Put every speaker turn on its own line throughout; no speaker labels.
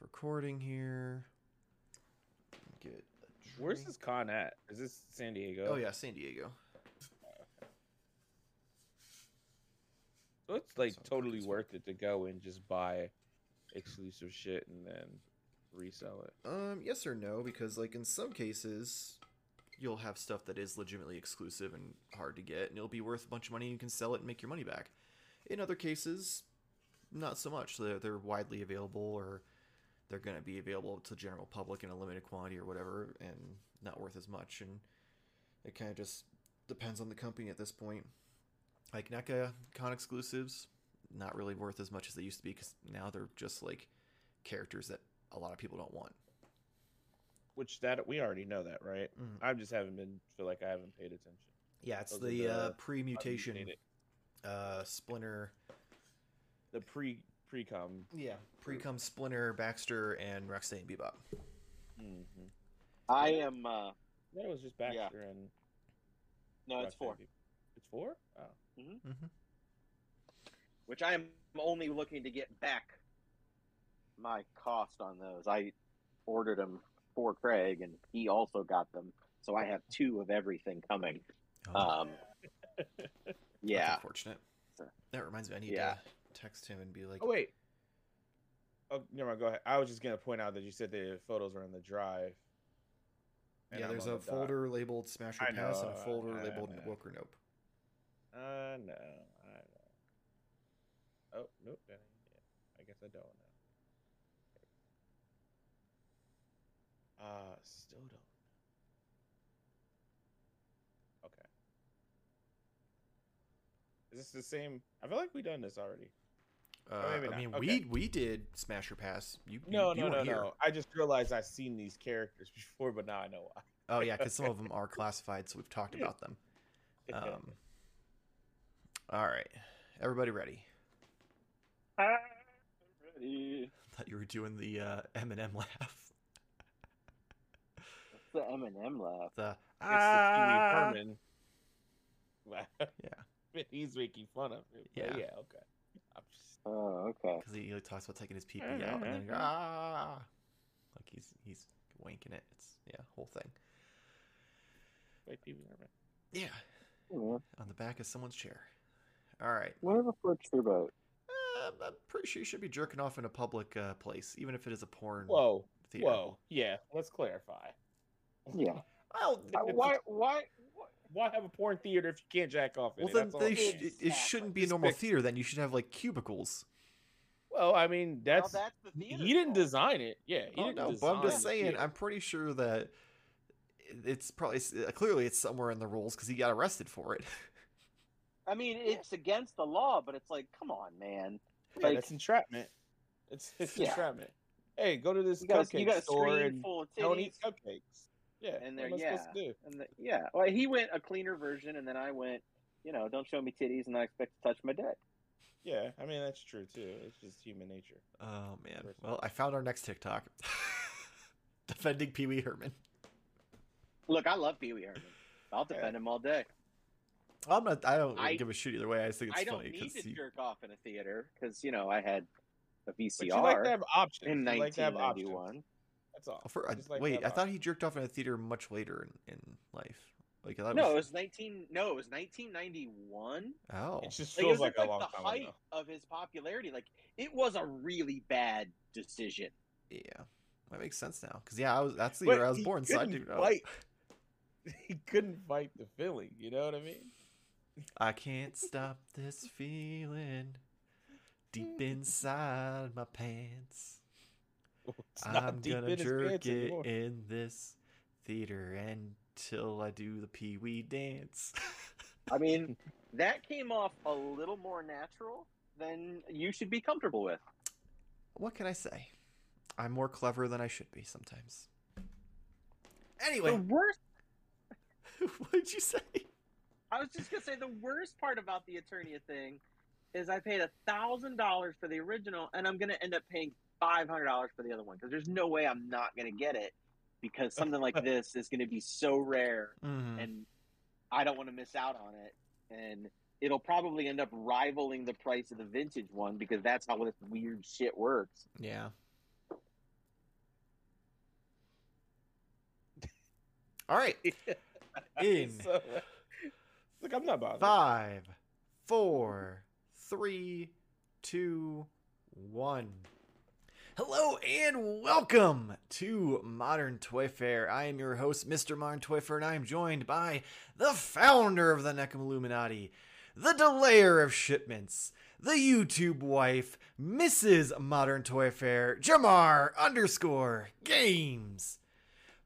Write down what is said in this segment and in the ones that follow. recording here. Get a
Where's
drink.
this con at? Is this San Diego?
Oh yeah, San Diego.
So it's like
Sounds like
totally
it's-
worth it to go and just buy exclusive shit and then resell it.
Um, yes or no, because like in some cases, you'll have stuff that is legitimately exclusive and hard to get, and it'll be worth a bunch of money. and You can sell it and make your money back. In other cases, not so much. They're, they're widely available, or they're going to be available to general public in a limited quantity or whatever, and not worth as much. And it kind of just depends on the company at this point. Like NECA con exclusives, not really worth as much as they used to be because now they're just like characters that a lot of people don't want.
Which that we already know that, right?
Mm-hmm.
I just haven't been feel like I haven't paid attention.
Yeah, it's
Those
the
are the-
uh, pre-mutation
Mutated.
uh, splinter.
The pre pre com.
Yeah, pre-cum splinter, Baxter, and Roxane Bebop.
I am. uh
Mm-hmm. That was just
Yeah.
Baxter and
No, it's
Roxanne
four.
Bebop. It's four? Oh.
Which I am only looking to get back. My cost on those. I ordered them for Craig, and he also got them. So I have two of everything coming.
Oh,
Uh,
Um,
that's
yeah.
unfortunate.
Sure.
That reminds me, I need
Yeah.
to text him and be like,
Oh wait. Oh never mind, go ahead. I was just gonna point out that you said the photos are in the drive. And
"Yeah,
I'm
there's
on
a
the dock.
folder labeled Smash or
I
Pass and a
know,
folder
I
labeled
know.
Woke or Nope."
Uh no, I know. Oh nope, that ain't it. I guess I don't know. Uh still don't. Okay. Is this the same? I feel like we done this already.
Uh,
maybe
I
not.
mean,
Okay.
we we did Smash or Pass. You you-
No,
you
no, no,
weren't here.
no. I just realized I've seen these characters before, but now I know why.
Oh yeah, because some of them are classified, so we've talked about them. Um, all right, everybody ready?
Ready.
thought you were doing the uh, Eminem laugh.
It's the Eminem laugh.
The
It's
"Ah."
the Pee Wee Herman.
Yeah,
He's making fun of it. Yeah,
Yeah.
yeah, okay. I'm just
Oh, okay.
because he like, talks about taking his pee pee out and then go, ah, like he's he's wanking it. It's yeah, whole thing.
like Pee Wee Herman.
Yeah,
Yeah.
on the back of someone's chair. All right,
Whatever floats your boat.
uh, I'm pretty sure you should be jerking off in a public uh, place, even if it is a porn.
Whoa,
theater.
whoa, yeah. Let's clarify.
Yeah.
Well,
Uh, Why? Why?
Why have a porn theater if you can't jack off in
well
it?
then
That's all
they
I'm
sh-
saying.
it, it shouldn't be a normal theater. Then you should have like cubicles.
well, I mean,
Well,
that's,
that's the theater.
he didn't
fault.
design it. Yeah, he
Oh
didn't
no, but
design
I'm just
the
saying.
theater.
I'm pretty sure that it's probably clearly it's somewhere in the rules because he got arrested for it.
I mean, it's against the law, but it's like, come on, man.
yeah,
Like,
that's entrapment. It's, it's
Yeah.
entrapment. Hey, go to this
you got, a,
cupcake
you got a
store
screen
and
full of
don't eat
titties.
cupcakes. Yeah, what
And they're-
am I supposed
yeah.
to do?
And the, yeah, well, he went a cleaner version, and then I went, you know, don't show me titties, and I expect to touch my dick.
Yeah, I mean that's true too. It's just human nature.
Oh man.
Person.
Well, I found our next TikTok. Defending Pee Wee Herman.
Look, I love Pee Wee Herman. I'll defend him all day.
I'm not. I don't
I-
give a shit either way. I just think it's
I don't
funny
need to
because he.
jerk off in a theater because you know I had a
But you like to
VCR
have options.
in
You like to have options.
1991.
That's all.
Oh, For, I-
Just like
wait,
that
I thought he jerked off in a theater much later in, in life. Like I thought.
No, it
was,
was 19. No, it was 1991.
oh,
It just
Like, it
feels
was
like,
like,
a long
the
time
height
ago.
of his popularity. Like it was a really bad decision.
yeah, that makes sense now. Because yeah, I was. That's the
But
year I was
he
born, so I
couldn't
do oh, know.
fight. He couldn't fight the feeling. You know what I mean?
I can't stop this feeling deep inside my pants.
It's not
I'm
deep
gonna
in his
jerk
pants
it
anymore.
in this theater until I do the Pee Wee dance.
I mean, that came off a little more natural than you should be comfortable with.
what can I say? I'm more clever than I should be sometimes.
The
Anyway,
worst.
what did Oh, you say?
I was just gonna say the worst part about the Eternia thing is I paid a thousand dollars for the original, and I'm gonna end up paying five hundred dollars for the other one because there's no way I'm not gonna get it because something like this is gonna be so rare,
Mm-hmm. Mm.
and I don't want to miss out on it, and it'll probably end up rivaling the price of the vintage one because that's how this weird shit works.
yeah. All right. In
so, look, I'm not bothered.
five, four, three, two, one. Hello and welcome to Modern Toy Fair. I am your host, Mr. Modern Toy Fair, and I am joined by the founder of the Necum Illuminati, the delayer of shipments, the YouTube wife, Mrs. Modern Toy Fair, Jamar underscore games.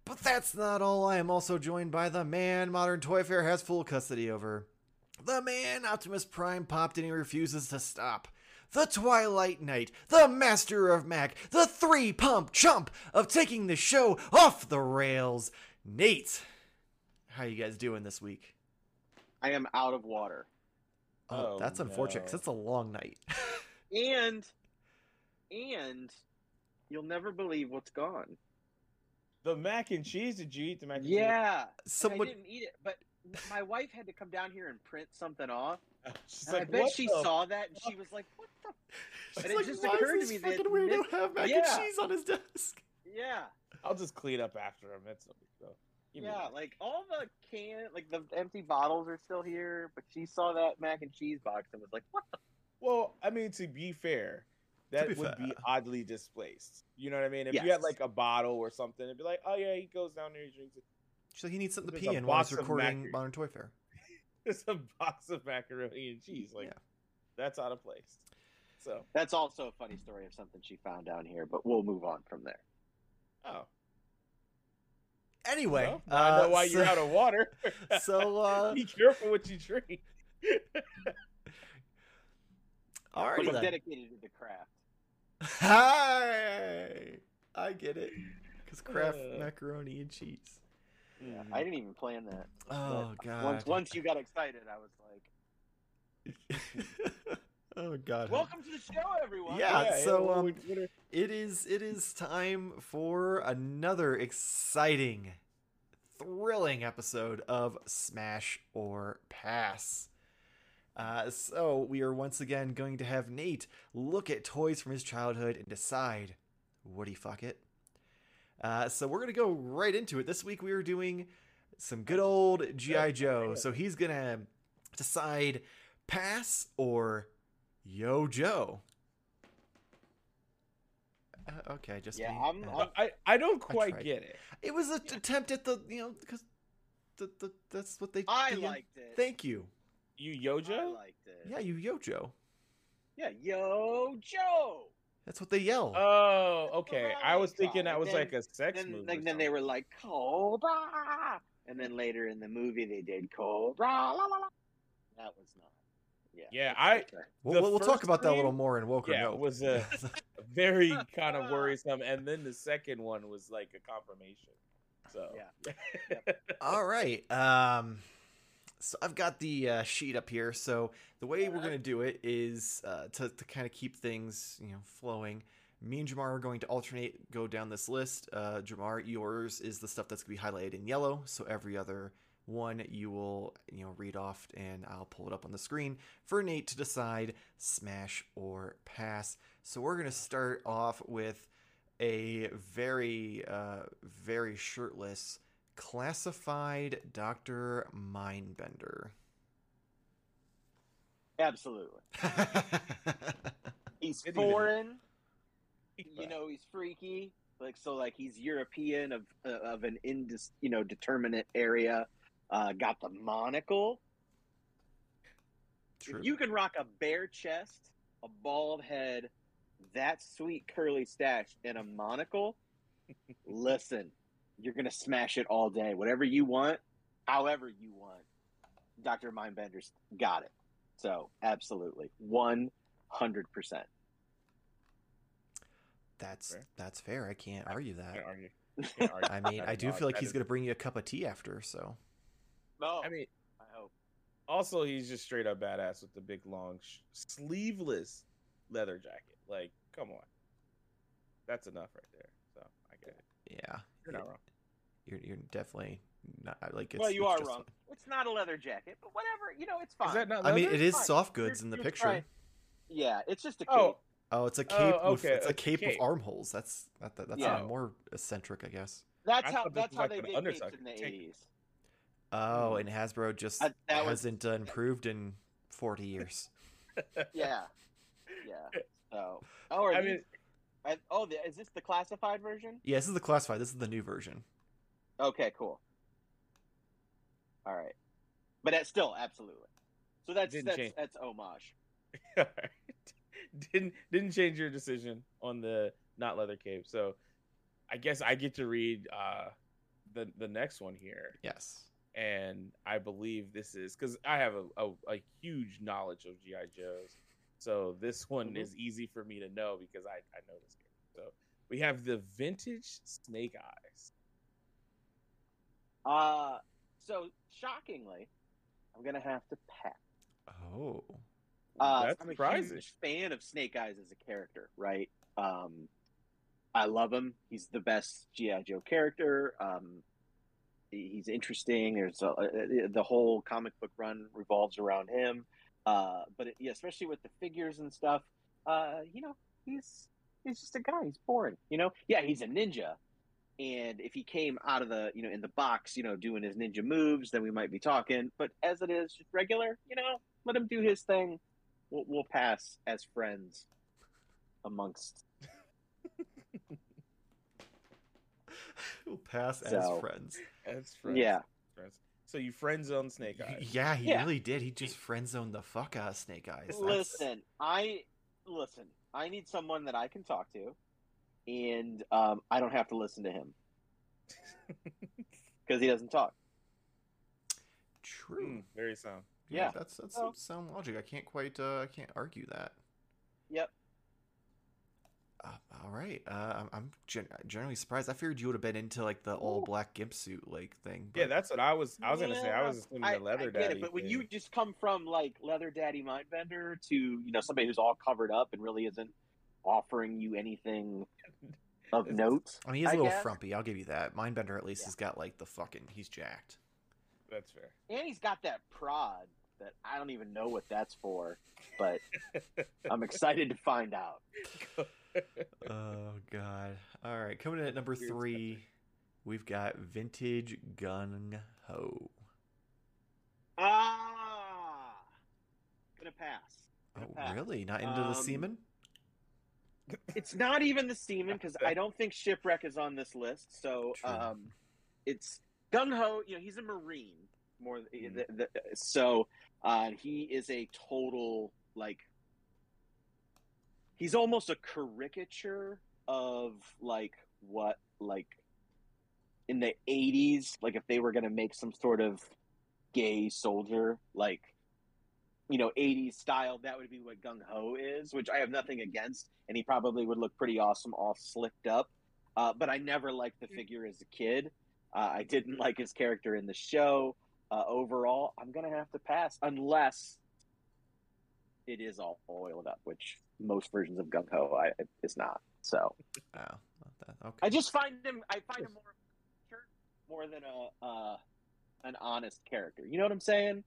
But that's not all. I am also joined by the man Modern Toy Fair has full custody over. The man Optimus Prime popped and he refuses to stop. The Twilight Knight, the master of Mac, the three pump chump of taking the show off the rails. Nate, how you guys doing this week?
I am out of water.
Oh,
Oh,
that's unfortunate
no.
because it's a long night.
And and you'll never believe what's gone.
The mac and cheese. Did you eat the mac? And
Yeah. and
Someone,
I didn't eat it, but my wife had to come down here and print something off.
Cheese? She's
And
like,
I bet
"What
she
the
saw that and she was like, What the
she's
and it
like,
just
why
occurred to
does
me
this
that
fucking weirdo
Nick-
have mac
Yeah.
and cheese on his desk?
Yeah.
I'll just clean up after him. That's no big deal. Give me
Yeah,
that.
like all the can like the empty bottles are still here, but she saw that mac and cheese box and was like, What the
Well, I mean, to be fair, that
be
would be
fair.
oddly displaced. You know what I mean? If you
Yes.
had like a bottle or something, it'd be like, oh yeah, he goes down there, he drinks it.
She's like, he needs something to
There's a
pee in while he's
box of mac
recording
and-
Modern Toy Fair.
It's a box of macaroni and cheese. Like,
Yeah.
that's out of place. So,
That's also a funny story of something she found down here, but we'll move on from there.
oh,
Anyway,
well, now I
uh,
know why you're
so-
out of water.
so uh,
be careful what you drink.
all right
But I'm
then.
dedicated to the craft.
Hi, I get it. Cause Kraft
Uh.
macaroni and cheese.
Yeah,
Mm-hmm.
I didn't even plan that.
Oh
Uh,
But
god.
Once once you got excited, I was like,
oh
Uh-huh.
god.
"Welcome to the show, everyone."
Yeah, so,
what
um,
would- what are-
It is. It is time for another exciting, thrilling episode of Smash or Pass. Uh, so we are once again going to have Nate look at toys from his childhood and decide would he fuck it. Uh, so we're gonna go right into it. This week we are doing some good old GI Joe. So he's gonna decide pass or yo Joe. Uh, okay, just
Yeah,
me?
I'm-
Uh,
I'm-
I I don't quite
tried.
get it.
it was an attempt at the you know because the, the, that's what they.
I
the-
liked it.
Thank you.
You
I
Yojo?
liked it.
Yeah, you yo Joe.
yeah, yo, Joe.
That's what they yell.
Oh, okay. I
Right,
was thinking that
right.
was
Then-
like a sex
Then,
move.
like, then they were like Cobra, and then later in the movie they did Cobra. La, la, la. That was not. Yeah.
Yeah,
that's okay.
we'll
the
we'll, we'll talk
first
about that a little
screen-
more in Woker
Yeah,
Note.
it was a very kind of worrisome. And then the second one was like a confirmation. So
Yeah.
All right. Um, so I've got the uh, sheet up here. So the way we're
Alright.
going to do it is uh, to, to kind of keep things you know flowing. Me and Jamar are going to alternate go down this list. Uh, Jamar, yours is the stuff that's going to be highlighted in yellow. So every other one you will you know read off, and I'll pull it up on the screen for Nate to decide smash or pass. So we're going to start off with a very uh, very shirtless classified Doctor Mindbender.
Absolutely. He's
It even-
foreign. You know, he's freaky. Like so, like he's European of uh, of an indis, you know, determinate area. Uh, got the monocle.
True.
If you can rock a bare chest, a bald head, that sweet curly stash, and a monocle, listen, you're gonna smash it all day. Whatever you want, however you want, Doctor Mindbender's got it. So absolutely, one hundred percent.
that's
Fair.
that's fair. I can't argue that.
Can't argue. Can't argue.
I mean,
That
I
is
do
odd.
feel like
That
he's
is-
going to bring you a cup of tea after. So
No,
I mean,
I hope.
also he's just straight up badass with the big long sh- sleeveless leather jacket. Like, come on, that's enough right there. So I get it.
yeah,
You're not wrong.
you're you're definitely not I- like. It's,
well, you
it's
are
just-
wrong. It's not a leather jacket, but whatever. You know, it's fine.
Is that not
I mean,
leather?
it is
fine.
soft goods in the
You're- you're
picture.
right. yeah, it's just a cape.
Oh,
Oh, it's a cape.
Oh,
with,
okay,
it's a
it's a
cape, with
cape.
armholes. That's that, that, that's
Yeah.
even more eccentric, I guess.
That's
I
how
thought this
that's
was
how
like
they
an
did capes
undersucker
in the
tick.
eighties.
Oh, and Hasbro just
I- that was-
hasn't improved in 40 years.
Yeah, yeah. So, oh, are
I
these-
mean,
I- oh, the, is this the classified version?
Yeah, this is the classified. This is the new version.
Okay, cool. All right, but that's still absolutely. So that's
Didn't
that's
change.
that's homage.
Alright. didn't didn't change your decision on the not leather cape. So I guess I get to read uh the the next one here,
Yes.
and I believe this is because I have a, a a huge knowledge of GI Joes. So this one
Mhm.
is easy for me to know because I I know this. Character. So we have the vintage Snake Eyes.
Uh, so shockingly, I'm gonna have to pass.
Oh.
Uh,
That's
I'm a
surprising.
huge fan of Snake Eyes as a character, right? Um, I love him. He's the best GI Joe character. Um, he- he's interesting. There's a, uh, the whole comic book run revolves around him. Uh, but it, yeah, especially with the figures and stuff, uh, you know, he's he's just a guy. He's boring. You know, yeah, he's a ninja. And if he came out of the, you know, in the box, you know, doing his ninja moves, then we might be talking. But as it is, just regular, you know, let him do his thing we'll, we'll pass as friends amongst
We'll pass
So-
as friends.
That's friends.
yeah
Friends. So you friend zone Snake
Y-
Eyes.
Yeah, he
Yeah.
really did. He just friend zoned the fuck out of Snake Eyes. That's-
listen i listen i need someone that i can talk to and um, i don't have to listen to him because he doesn't talk
True.
Hmm, very sound.
yeah.
That's that's
Well-
some sound logic. I can't quite uh I can't argue that.
Yep.
Uh, all right. Uh, I'm, I'm gen- generally surprised. I figured you would have been into like the all
Ooh.
black gimp suit like thing.
Yeah,
but-
that's what I was. I was gonna say. I
Yeah,
was assuming
I,
the leather
I get
daddy.
it, but when
thing.
you just come from like leather daddy mindbender to you know somebody who's all covered up and really isn't offering you anything of
It's-
note
I mean, he's a
I
little
guess.
frumpy. I'll give you that. Mindbender at least
Yeah.
has got like the fucking. He's jacked.
that's fair.
and he's got that prod that i don't even know what that's for but i'm excited to find out
oh god. All right. Coming in at number
Weird
three, we've got vintage gung ho.
Ah, gonna pass.
Oh,
pass.
really? Not into the
Um,
semen?
It's not even the semen because I don't think shipwreck is on this list. So,
True.
um, it's gung ho. You know, he's a marine more. th
Mm.
th th so, uh, he is a total like. He's almost a caricature of like what like in the 80s like if they were going to make some sort of gay soldier like you know 80s style that would be what gung ho is which i have nothing against and he probably would look pretty awesome all slicked up uh, but i never liked the figure as a kid uh, i didn't like his character in the show uh, overall i'm going to have to pass unless it is all oiled up which most versions of gung ho I- is not so
Oh, not that- okay.
I just find him. I find him more of a character more than a uh, an honest character. You know what I'm saying?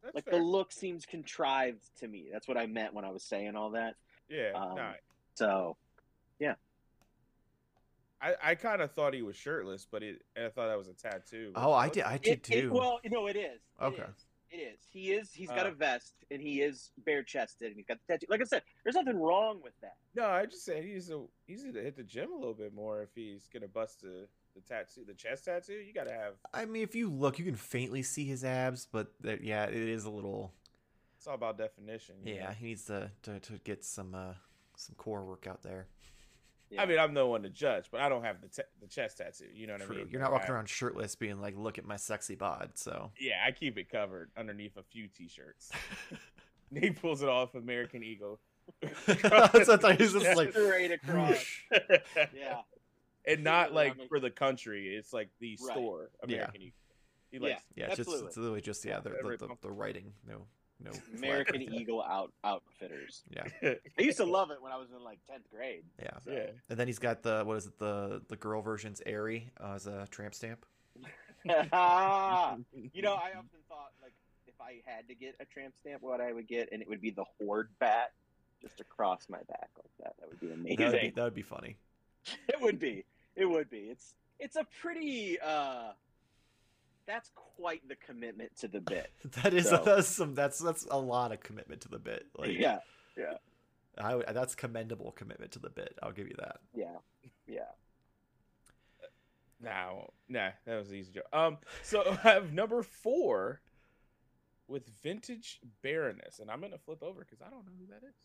That's
Like
fair.
the look seems contrived to me. That's what I meant when I was saying all that.
yeah.
um,
nah,
So
I, I kind of thought he was shirtless, but it, and I thought that was a tattoo. but
Oh,
it
I
was-
did. I
it,
did
it-
too.
well, you know, it is. It
Okay.
is. It is. He is. He's got
Uh.
a vest, and he is bare chested, and he's got the tattoo. Like I said, there's nothing wrong with that.
No, I just said he's a he's to hit the gym a little bit more if he's gonna bust the the tattoo, the chest tattoo. You gotta have
I mean, if you look, you can faintly see his abs, but that, yeah, it is a little.
it's all about definition. you know?
Yeah, he needs to to, to get some uh some core work out there.
Yeah.
I mean, I'm no one to judge, but I don't have the t- the chest tattoo. You know what
True.
I mean?
You're not
Like,
walking
I-
around shirtless, being like, "Look at my sexy bod." So
Yeah, I keep it covered underneath a few t-shirts. Nate pulls it off, American Eagle.
that's what I thought he was just like.
straight across.
whoosh.
yeah.
and not
Yeah,
like
I'm a-
for the country. It's like the
Right.
store American Eagle. He likes
Yeah, it's just
Absolutely.
it's literally just yeah, the,
Whatever
the,
it
the,
comes
the writing. No, no. flag.
American Eagle out outfitters.
Yeah,
I used to love it when I was in like tenth grade.
yeah.
So.
yeah.
And then he's got the what is it the the girl version's airy uh, as a tramp stamp.
Ah, you know, I often thought like if I had to get a tramp stamp, what I would get, and it would be the horde bat just across my back like that. That would be
That would
amazing.
be, that would be funny.
it would be. It would be. It's it's a pretty. uh That's quite the commitment to the bit.
That is
So-
that's some that's that's a lot of commitment to the bit. Like
yeah,
I would- that's commendable commitment to the bit. I'll give you that.
yeah, yeah.
Nah, I won't. nah, that was an easy joke. Um, so I have number four with Vintage Baroness, and I'm gonna flip over because I don't know who that is.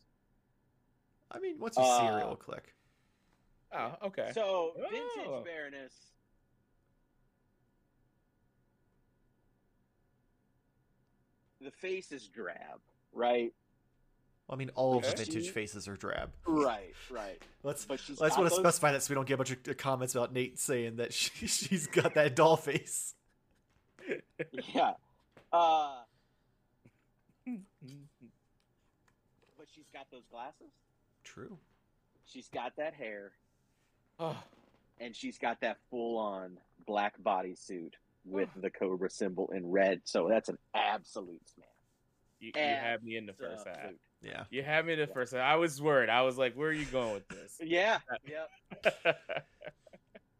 I mean, once you see her,
Uh,
it'll click.
Oh, okay.
So vintage
Oh.
Baroness. The face is drab, right?
Well, I mean, all of the
okay.
vintage
she-
faces are drab.
Right, right.
Let's.
But she's
I just
got
want to
those-
specify that so we don't get a bunch of uh, comments about Nate saying that she, she's got that doll face.
Yeah, uh,
Hmm,
but she's got those glasses.
True.
She's got that hair,
oh,
and she's got that full-on black bodysuit with the cobra symbol in red. So that's an absolute smash.
you, you
Yeah,
had me in the first half.
Absolute.
Yeah.
You had me in the first half. I was worried. I was like, "Where are you going with this?"
Yeah, yep.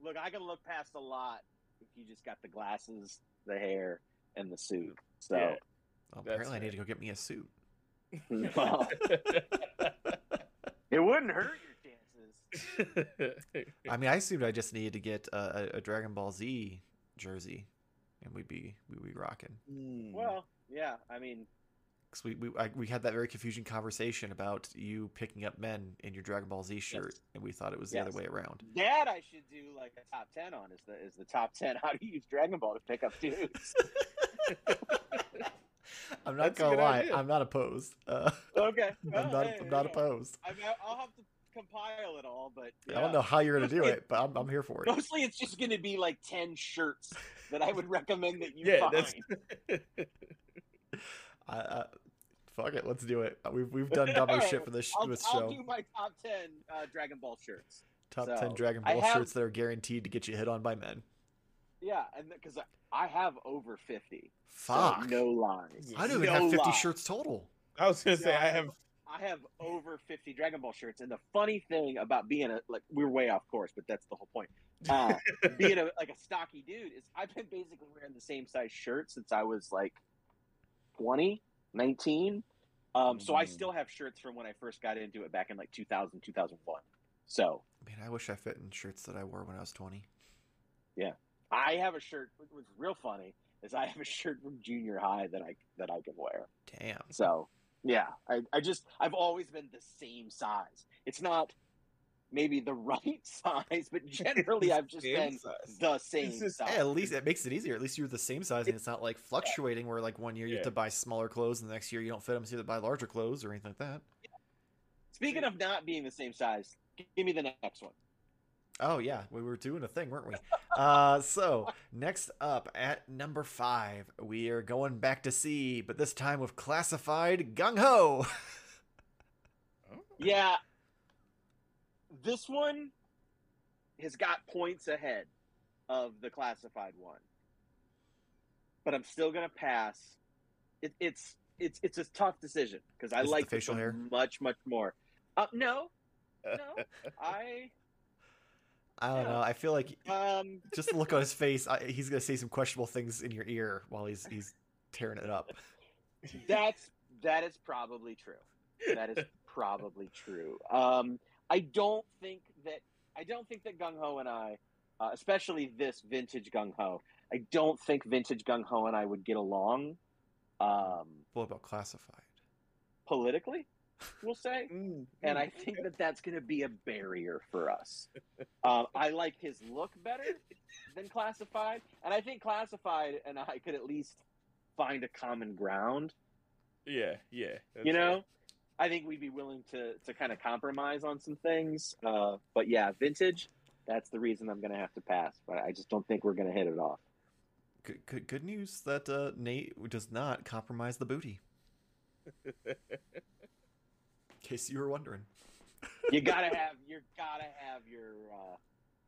Look, I can look past a lot if you just got the glasses, the hair, and the suit. So,
Yeah.
Well,
That's
apparently, I need
right.
to go get me a suit.
well, it wouldn't hurt your chances.
I mean, I assumed I just needed to get a, a, a Dragon Ball Z jersey, and we'd be we'd be rocking.
Hmm.
Well, yeah, I mean,
Because we we, I, we had that very confusing conversation about you picking up men in your Dragon Ball Z shirt, and we thought it was the
Yes.
other way around.
that I should do like a top ten on is the is the top ten how to use Dragon Ball to pick up dudes.
I'm not
That's a
gonna
good
lie,
idea.
I'm not opposed. Uh,
okay, Oh,
I'm not I'm not opposed.
I mean, I'll have to compile it all, but
I
yeah.
don't know how you're gonna do it, but I'm I'm here for it.
Mostly, it's just going to be like ten shirts that I would recommend that you
Yeah,
find.
that's-
I, I, fuck it, let's do it. Uh, We've we've done dumber shit for this, sh-
I'll,
this
I'll
show.
do my top ten uh, Dragon Ball shirts.
Top
so,
ten Dragon
I
Ball
have-
shirts that are guaranteed to get you hit on by men.
Yeah, and because I have over fifty. so
Fuck.
no lies.
I don't even
no
have 50
lie.
shirts total.
I was gonna say
Yeah,
I have
I have over fifty Dragon Ball shirts, and the funny thing about being a like we're way off course, but that's the whole point. Uh, being a like a stocky dude is I've been basically wearing the same size shirt since I was like 20, 19. Um, so I
Mm.
still have shirts from when I first got into it back in like 2000, 2001. So
Man, I wish I fit in shirts that I wore when I was 20.
I have a shirt. what- What's real funny is I have a shirt from junior high that I that I can wear.
Damn.
So yeah, I, I just I've always been the same size. It's not maybe the right size, but generally I've just
Same
been
size.
the same
It's just-
Yeah,
size.
at least it makes it easier. At least you're the same size and it's not like fluctuating where like one year you have to
Yeah.
buy smaller clothes and the next year you don't fit them so you have to buy larger clothes or anything like that.
Speaking of not being the same size, give me the next one.
Oh yeah, we were doing a thing, weren't we? uh, so next up at number five, we are going back to sea, but this time with classified gung ho.
Oh.
Yeah. This one has got points ahead of the classified one. But I'm still going to pass. It, it's it's it's a tough decision because I
Is it the
like this
facial
one
hair?
much much more. Uh, no. No. I
I don't
Yeah.
know. I feel like
um
just the look on his face, I, he's gonna say some questionable things in your ear while he's he's tearing it up.
that's that is probably true. That is probably true. Um, I don't think that I don't think that Gung Ho and I, uh, especially this vintage Gung Ho, I don't think vintage Gung Ho and I would get along um,
What about classified?
politically. We'll say, and I think that that's going to be a barrier for us. Um, I like his look better than Classified, and I think Classified and I could at least find a common ground
yeah, yeah. that's
you
fair.
know i think we'd be willing to to kind of compromise on some things uh but yeah vintage that's the reason i'm gonna have to pass but i just don't think we're gonna hit it off
Good, good, good news that uh, Nate does not compromise the booty. In case you were wondering.
you gotta have you gotta have your uh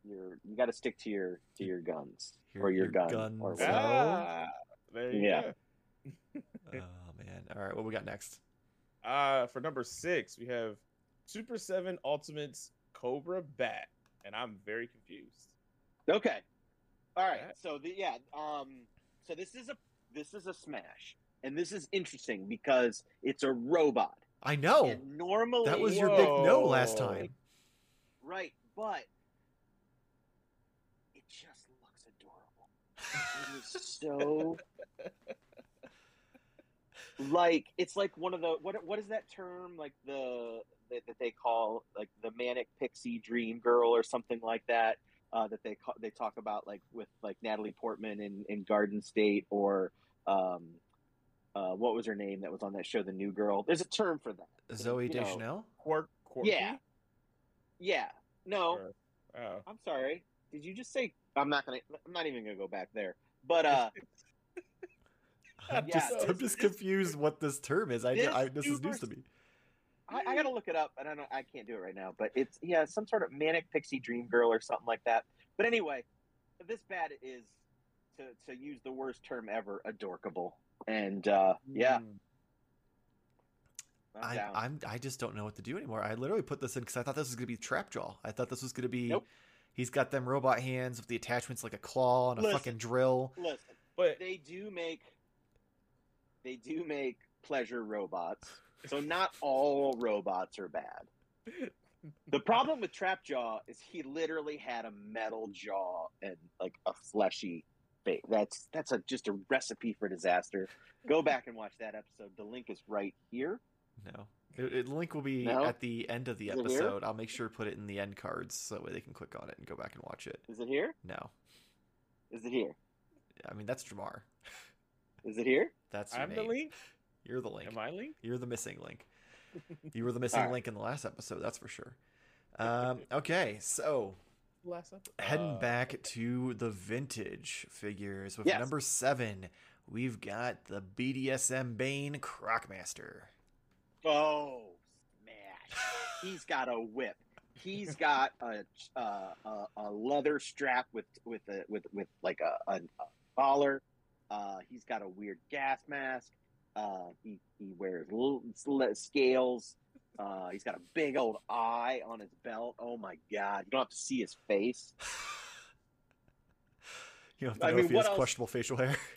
your you gotta stick to your to your guns
Your-
or your,
your
gun
guns.
or
So-
whatever.
Ah, there you
Yeah.
go.
Oh man! All right, what we got next?
Uh, for number six, we have Super Seven Ultimates Cobra Bat, and I'm very confused.
okay All right.
Alright.
So the, yeah, um, so this is a this is a smash, and this is interesting because it's a robot.
I know.
and normally
Oh, That was your big no last
Whoa.
time.
right, but it just looks adorable. It is so like it's like one of the what what is that term like the that, that they call like the manic pixie dream girl or something like that uh, that they ca- they talk about like with like Natalie Portman in, in Garden State or um, uh, what was her name that was on that show The New Girl. There's a term for that.
Zoe
you know,
Deschanel?
Quirk, quirky?
Yeah. Yeah. No,
Or- Oh.
I'm sorry. Did you just say I'm not gonna? I'm not even gonna go back there. But uh,
I'm
yeah.
just I'm just confused what this term is. I,
This
I this is news
universe-
to me.
I, I gotta look it up, and I don't. I can't do it right now. But it's yeah, some sort of manic pixie dream girl or something like that. But anyway, this bat is to to use the worst term ever, adorkable. And uh, yeah,
Mm.
Mm, I'm
I,
down.
I'm I just don't know what to do anymore. I literally put this in because I thought this was gonna be trap jaw. I thought this was gonna be
Nope.
he's got them robot hands with the attachments like a claw and a
Listen.
fucking drill.
Listen,
But
they do make they do make pleasure robots. So not all robots are bad. The problem with Trapjaw is he literally had a metal jaw and like a fleshy face. That's that's a, just a recipe for disaster. Go back and watch that episode. The link is right here.
No. It, it- link will be
No?
at the end of the
Is it here?
episode. I'll make sure to put it in the end cards so that way they can click on it and go back and watch it.
Is it here?
No.
Is it here?
I mean that's Jamar.
Is it here?
That's your
I'm the
name.
link.
You're the link.
Am I link?
You're the missing link. You were the missing
Alright.
link in the last episode, that's for sure. Um, okay, so
Last episode.
heading
Uh,
back to the vintage figures with
Yes.
number seven, we've got the BDSM Bane Crocmaster.
Oh, smash! He's got a whip. He's got a uh, a, a leather strap with with a with with like a, a, a collar. Uh, he's got a weird gas mask. Uh, he he wears little sl- scales. Uh, he's got a big old eye on his belt. Oh my god! You don't have to see his face.
You don't have to
I
know
mean,
if he
what
has
else-
questionable facial hair.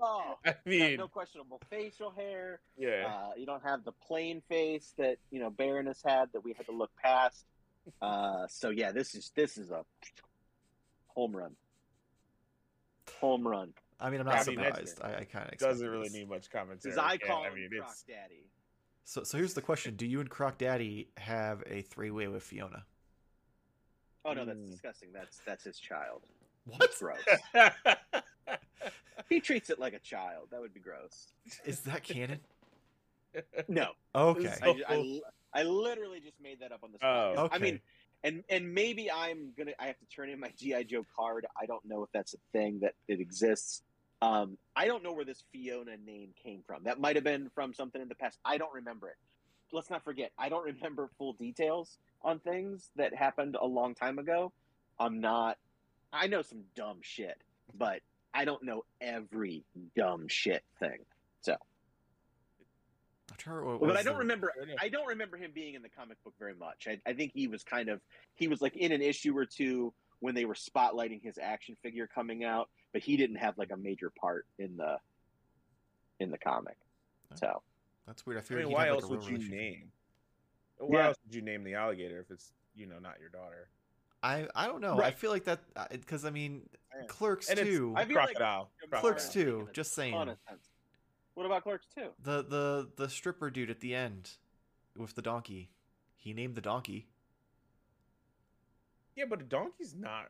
Oh,
I mean,
no questionable facial hair.
yeah.
Uh, you don't have the plain face that you know Baroness had that we had to look past. Uh, so yeah, this is this is a home run, home run.
I mean, I'm not
I mean, that's-
surprised. I, I kind of
doesn't really need much commentary.
As I
and,
call
I
him
mean,
Croc
it's
Daddy.
So, so here's the question: Do you and Croc Daddy have a three-way with Fiona?
Oh no, that's
Mm.
disgusting. That's that's his child.
What
That's gross. he treats it like a child. That would be gross.
is that canon?
No,
Okay,
So-
I, I, I literally just made that up on the spot.
Oh.
okay.
I mean, and and maybe I'm gonna I have to turn in my GI Joe card. I don't know if that's a thing that it exists. Um, I don't know where this Fiona name came from. That might have been from something in the past. I don't remember it. Let's not forget, I don't remember full details on things that happened a long time ago. I'm not. I know some dumb shit, but I don't know every dumb shit thing.
I'm trying to remember what
But
was
I don't
the-
remember
Fair enough.
I don't remember him being in the comic book very much. I, I think he was kind of he was like in an issue or two when they were spotlighting his action figure coming out, but he didn't have like a major part in the in the comic. So
That's weird. I
I
figured
mean,
he'd
why
have,
else
like, a
would
real
you
relationship.
name? Why
Yeah.
else would you name the alligator if it's you know not your daughter?
I I don't know. I
Right.
feel like that because I mean,
Yeah.
Clerks
And it's-
too.
I feel like
crocodile.
Jamar
Clerks
is
crocodile.
too,
making a
just saying.
ton of sense. What about Clerks too?
The the the stripper dude at the end with the donkey. He named the donkey.
Yeah, but a donkey's not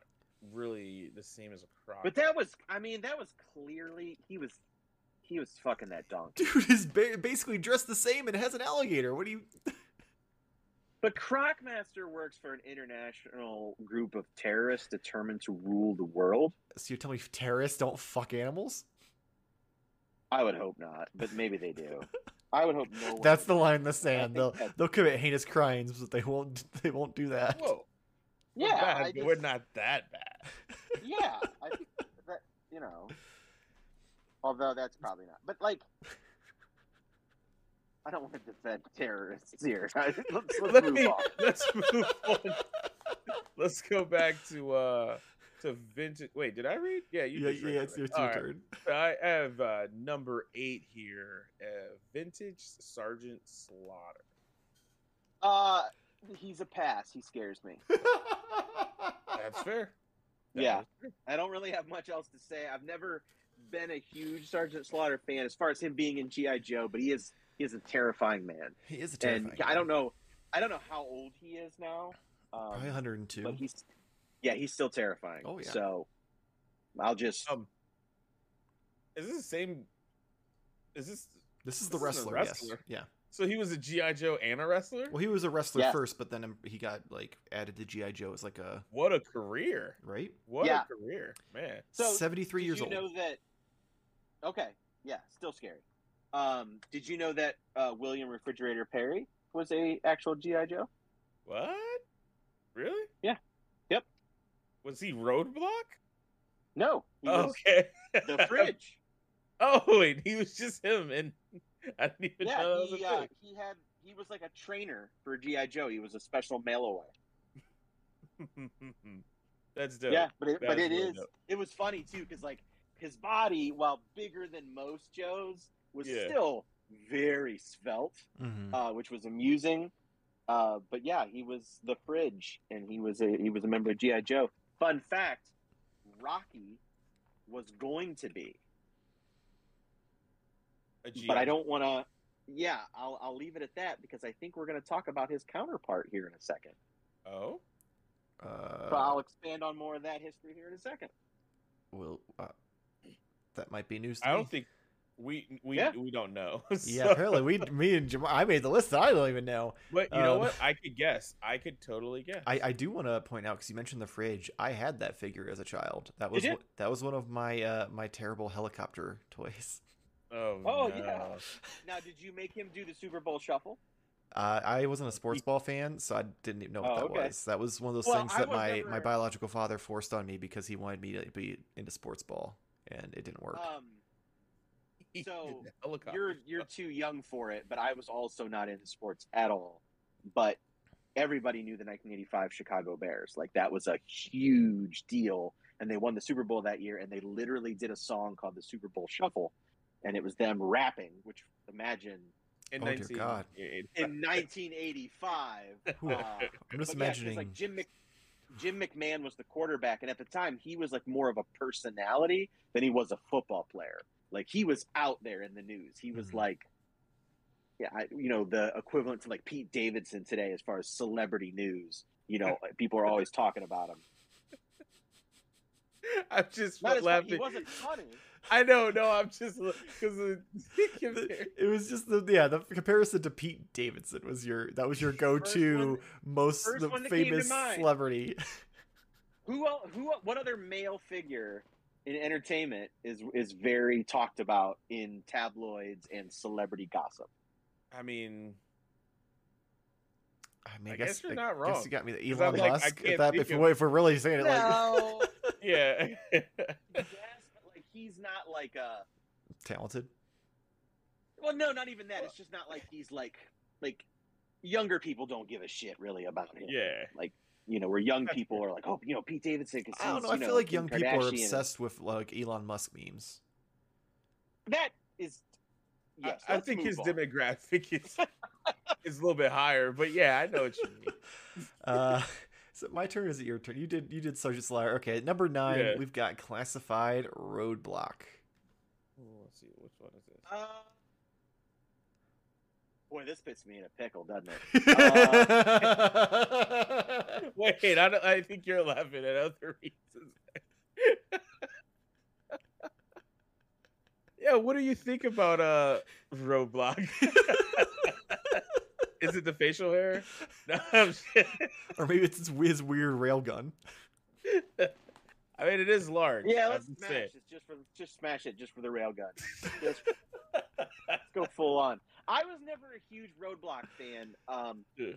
really the same as a croc.
But that was I mean that was clearly he was he was fucking that donkey.
Dude is ba- basically dressed the same and has an alligator. What do you?
But Crocmaster works for an international group of terrorists determined to rule the world.
So you tell me terrorists don't fuck animals?
I would hope not, but maybe they do. I would hope no. One
That's the line in the sand.
think
They'll
that's-
they'll commit heinous crimes, but they won't they won't do that.
whoa, we're
Yeah,
bad,
I
but
just-
we're not that bad.
yeah. I, that, you know, although that's probably not. But like, I don't want to defend terrorists here. let's let's
Let
move
me-
on.
Let's move on. Let's go back to uh to vintage. Wait, did I read? Yeah, you
yeah,
just
yeah,
read it,
it's,
right?
it's your
All right.
turn.
I have uh, number eight here. Uh, vintage Sergeant Slaughter.
Uh, he's a pass. He scares me.
That's fair.
Yeah.
is fair.
I don't really have much else to say. I've never been a huge Sergeant Slaughter fan as far as him being in GI Joe, but he is he is a terrifying man.
he is a
And
terrifying.
I don't
guy.
know, I don't know how old he is now.
Probably
Um,
102.
but he's yeah, he's still terrifying.
Oh, yeah.
So I'll just
Um, is this the same? Is this
this is the
this is a
wrestler,
wrestler.
Yes.
so? He was a GI Joe and a wrestler.
Yeah. Well, he was a wrestler
Yeah.
first, but then he got like added to GI Joe as like a
What a career!
right.
What
Yeah.
a career, man!
So,
73
did
years
you
old.
know that? Okay, yeah, still scary. Um, did you know that uh, William Refrigerator Perry was a actual GI Joe?
What? Really?
Yeah. Yep.
Was he Roadblock?
No, he was
Oh, okay.
the fridge.
oh wait, he was just him, and I didn't even know
yeah,
that was
he,
a
uh,
thing.
he had he was like a trainer for GI Joe. He was a special mail away.
That's dope.
uh, Yeah, but it,
That
but
is
it
really
is
dope.
it was funny too because like his body, while bigger than most Joes, was
Yeah.
still very svelte,
Mhm.
uh, which was amusing. Uh, but yeah, he was the fridge, and he was a he was a member of GI Joe. Fun fact: Rocky was going to be,
A
but I
GI.
don't want to. Yeah, I'll I'll leave it at that because I think we're going to talk about his counterpart here in a second.
Oh,
Uh,
But I'll expand on more of that history here in a second.
well, uh, that might be news. To
I
me.
don't think we we
Yeah.
we don't know.
Yeah,
So-
apparently we, me and Jamal, I made the list. That I don't even know.
But you know
Um,
what? I could guess. I could totally guess.
I, I do want to point out because you mentioned the fridge. I had that figure as a child. That was
you?
one- that was one of my uh, my terrible helicopter toys.
oh,
Oh,
no.
yeah. Now, did you make him do the Super Bowl shuffle?
Uh, I wasn't a sports ball fan, so I didn't even know what
Oh,
that
okay.
was. That was one of those
Well,
things
I
that
was
my, my
never-
biological father forced on me because he wanted me to be into sports ball, and it didn't work.
Um,
He
So,
did the helicopter
you're you're too young for it, but I was also not into sports at all. But everybody knew the 1985 Chicago Bears. Like that was a huge deal, and they won the Super Bowl that year. And they literally did a song called the Super Bowl Shuffle, and it was them rapping. Which imagine
in
Oh, dear God.
in 1985.
Whew.
uh,
I'm just
But yeah, 'cause,
imagining.
like Jim Mc, Jim McMahon was the quarterback, and at the time he was like more of a personality than he was a football player. Like he was out there in the news. He was
Mhm.
like, yeah, I, you know, the equivalent to like Pete Davidson today as far as celebrity news. You know, like, people are always talking about him.
I'm just
Not as funny-
laughing.
he wasn't funny.
I know, no, I'm just because
the- it was just the yeah the comparison to Pete Davidson was your that was your go to
First
most
first
the
one that came to
famous
mind.
celebrity.
Who el who el- what other male figure in entertainment is is very talked about in tabloids and celebrity gossip?
I mean,
I mean,
I
I guess,
guess you're
I
not
Guess
wrong.
you got me the
'Cause
Elon
I'm like, I
Musk. If,
can't
that,
think
if,
of-
we're- if we're really saying it like
No.
yeah,
yes, but like he's not like a
talented,
well, no, not even that. It's just not like he's like like younger people don't give a shit really about him.
yeah.
You know, where young
That's
people are like, oh, you know, Pete Davidson. 'cause
I don't
he's,
know. I
you
feel like
Kim
young people are
Kardashian."
obsessed with like Elon Musk memes.
That is, yes,
I, I
let's
think
move
his
on.
demographic is is a little bit higher, but yeah, I know what you mean.
Uh, so my turn. Is it your turn? You did. You did Sergeant Slaughter. Okay, at number nine.
Yeah.
We've got Classified Roadblock.
Oh, Let's see, which one is this?
Uh, boy, this puts me in a pickle, doesn't it?
Uh,
Wait, I don't, I think you're laughing at other reasons. yeah, what do you think about uh Roblox? Is it the facial hair? No, I'm shit.
or maybe it's his, his weird railgun.
I mean it is large.
Yeah,
I'm
let's
just
smash
saying.
it just for just smash it just for the railgun. Just let's go full on. I was never a huge Roadblock fan um,
Yeah.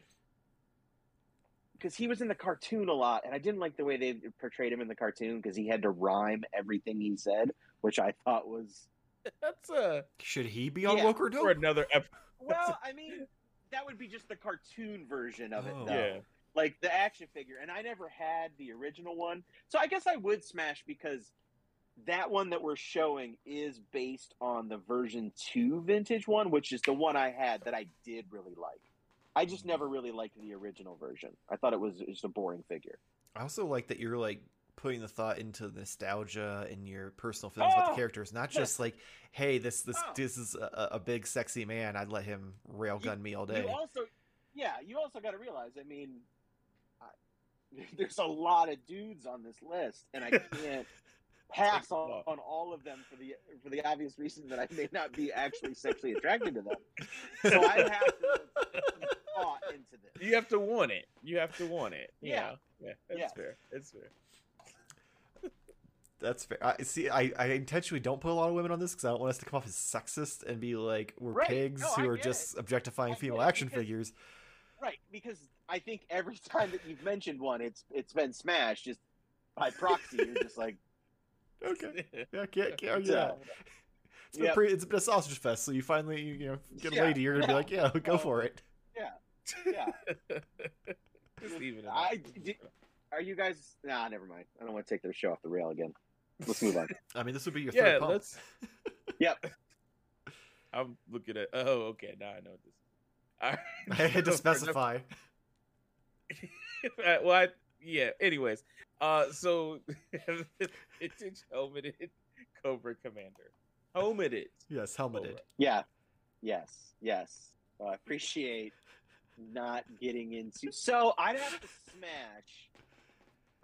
because he was in the cartoon a lot, and I didn't like the way they portrayed him in the cartoon because he had to rhyme everything he said, which I thought was
That's uh
Should he be on
Yeah,
Woke or
for
Dope?
another episode.
well. I mean, that would be just the cartoon version of it,
Oh.
though.
Yeah.
like the action figure. And I never had the original one, so I guess I would smash because that one that we're showing is based on the version two vintage one, which is the one I had that I did really like. I just never really liked the original version. I thought it was just a boring figure.
I also like that you're like putting the thought into the nostalgia and your personal feelings about
Oh!
the characters, not just like, hey, this this
Oh.
this is a, a big sexy man. I'd let him railgun me all day.
You also, yeah, you also got to realize. I mean, I, there's a lot of dudes on this list, and I can't pass on, on all of them for the for the obvious reason that I may not be actually sexually attracted to them. So I have to put some thought into this.
You have to want it. You have to want it. you
Yeah.
know? Yeah. That's
Yes.
fair. That's fair.
That's fair. I see. I, I intentionally don't put a lot of women on this because I don't want us to come off as sexist and be like we're
Right.
pigs
No,
who
I
are
get
just objectifying
I
female
get it,
action
because-
figures.
Right, because I think every time that you've mentioned one, it's it's been smashed just by proxy. You're just like,
Okay. oh, Yeah, can't, can't argue
Yeah.
that. It's, been
Yep.
pretty, it's been a sausage fest, so you finally you know get a
Yeah,
lady, you're gonna be
yeah.
like, yeah, go
Oh.
for it.
yeah.
Just leave it.
I-
alone.
did- Are you guys? Nah, never mind. I don't want to take their show off the rail again. Let's move on.
I mean, this would be your
yeah,
third pump.
let's. I'm looking at. Oh, okay. Now I know what this. Is. All right.
I had to
For the-
specify.
well, I, yeah. Anyways, uh, so vintage helmeted Cobra Commander, helmeted.
Yes, helmeted.
Cobra.
Yeah. Yes. Yes. Well, I appreciate not getting into. So I'd have to smash.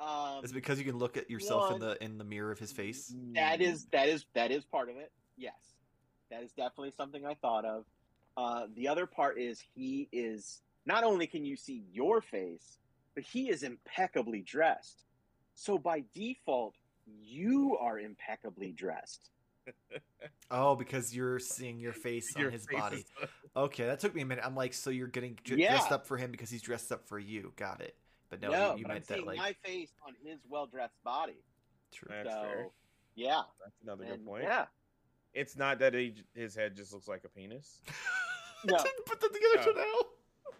Um, mm-hmm.
It's because you can look at yourself in
one-
the in the mirror of his face.
that is that is that is part of it. Yes, that is definitely something I thought of. Uh, the other part is he is not only can you see your face, but he is impeccably dressed. So by default, you are impeccably dressed.
Oh, because you're seeing your face
Your
on his
face
body.
is-
Okay, that took me a minute. I'm like, so you're getting dr-
Yeah.
dressed up for him because he's dressed up for you. Got it. But no,
No,
you, you
but I'm
meant that
seeing
like
my face on his well dressed body.
true.
That's
so
fair.
yeah,
That's another
and-
good point.
yeah.
It's not that he, his head just looks like a penis.
No.
Didn't put that together till
No.
now.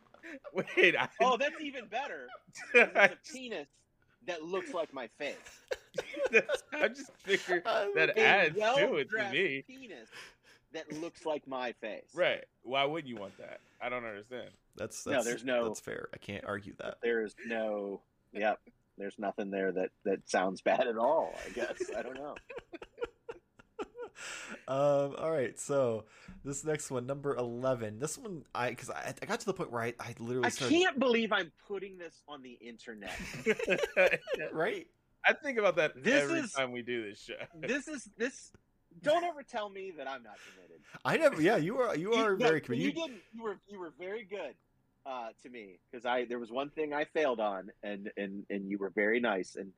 Wait, I,
Oh, that's even better. 'cause
I
It's a penis that looks like my face.
just, I just figured
I'm
Um,
that
okay.
adds
a
to it to
well-dressed
me.
Penis that looks like my face.
Right? Why would you want that? I don't understand.
That's,
No,
that's
there's no-
That's fair. I can't argue that.
There's no. Yep. There's nothing there that that sounds bad at all. I guess I don't know.
um, all right, so this next one, number eleven. This one, I because I, I got to the point where I, I literally
I
started
can't believe I'm putting this on the internet.
right.
I think about that
This
every
is-
time we do this show.
This is this. Don't ever tell me that I'm not committed.
I never. Yeah, you are. You are
no,
very
You,
committed. You-
didn't. You were you were very good uh, to me because I there was one thing I failed on, and and and you were very nice, and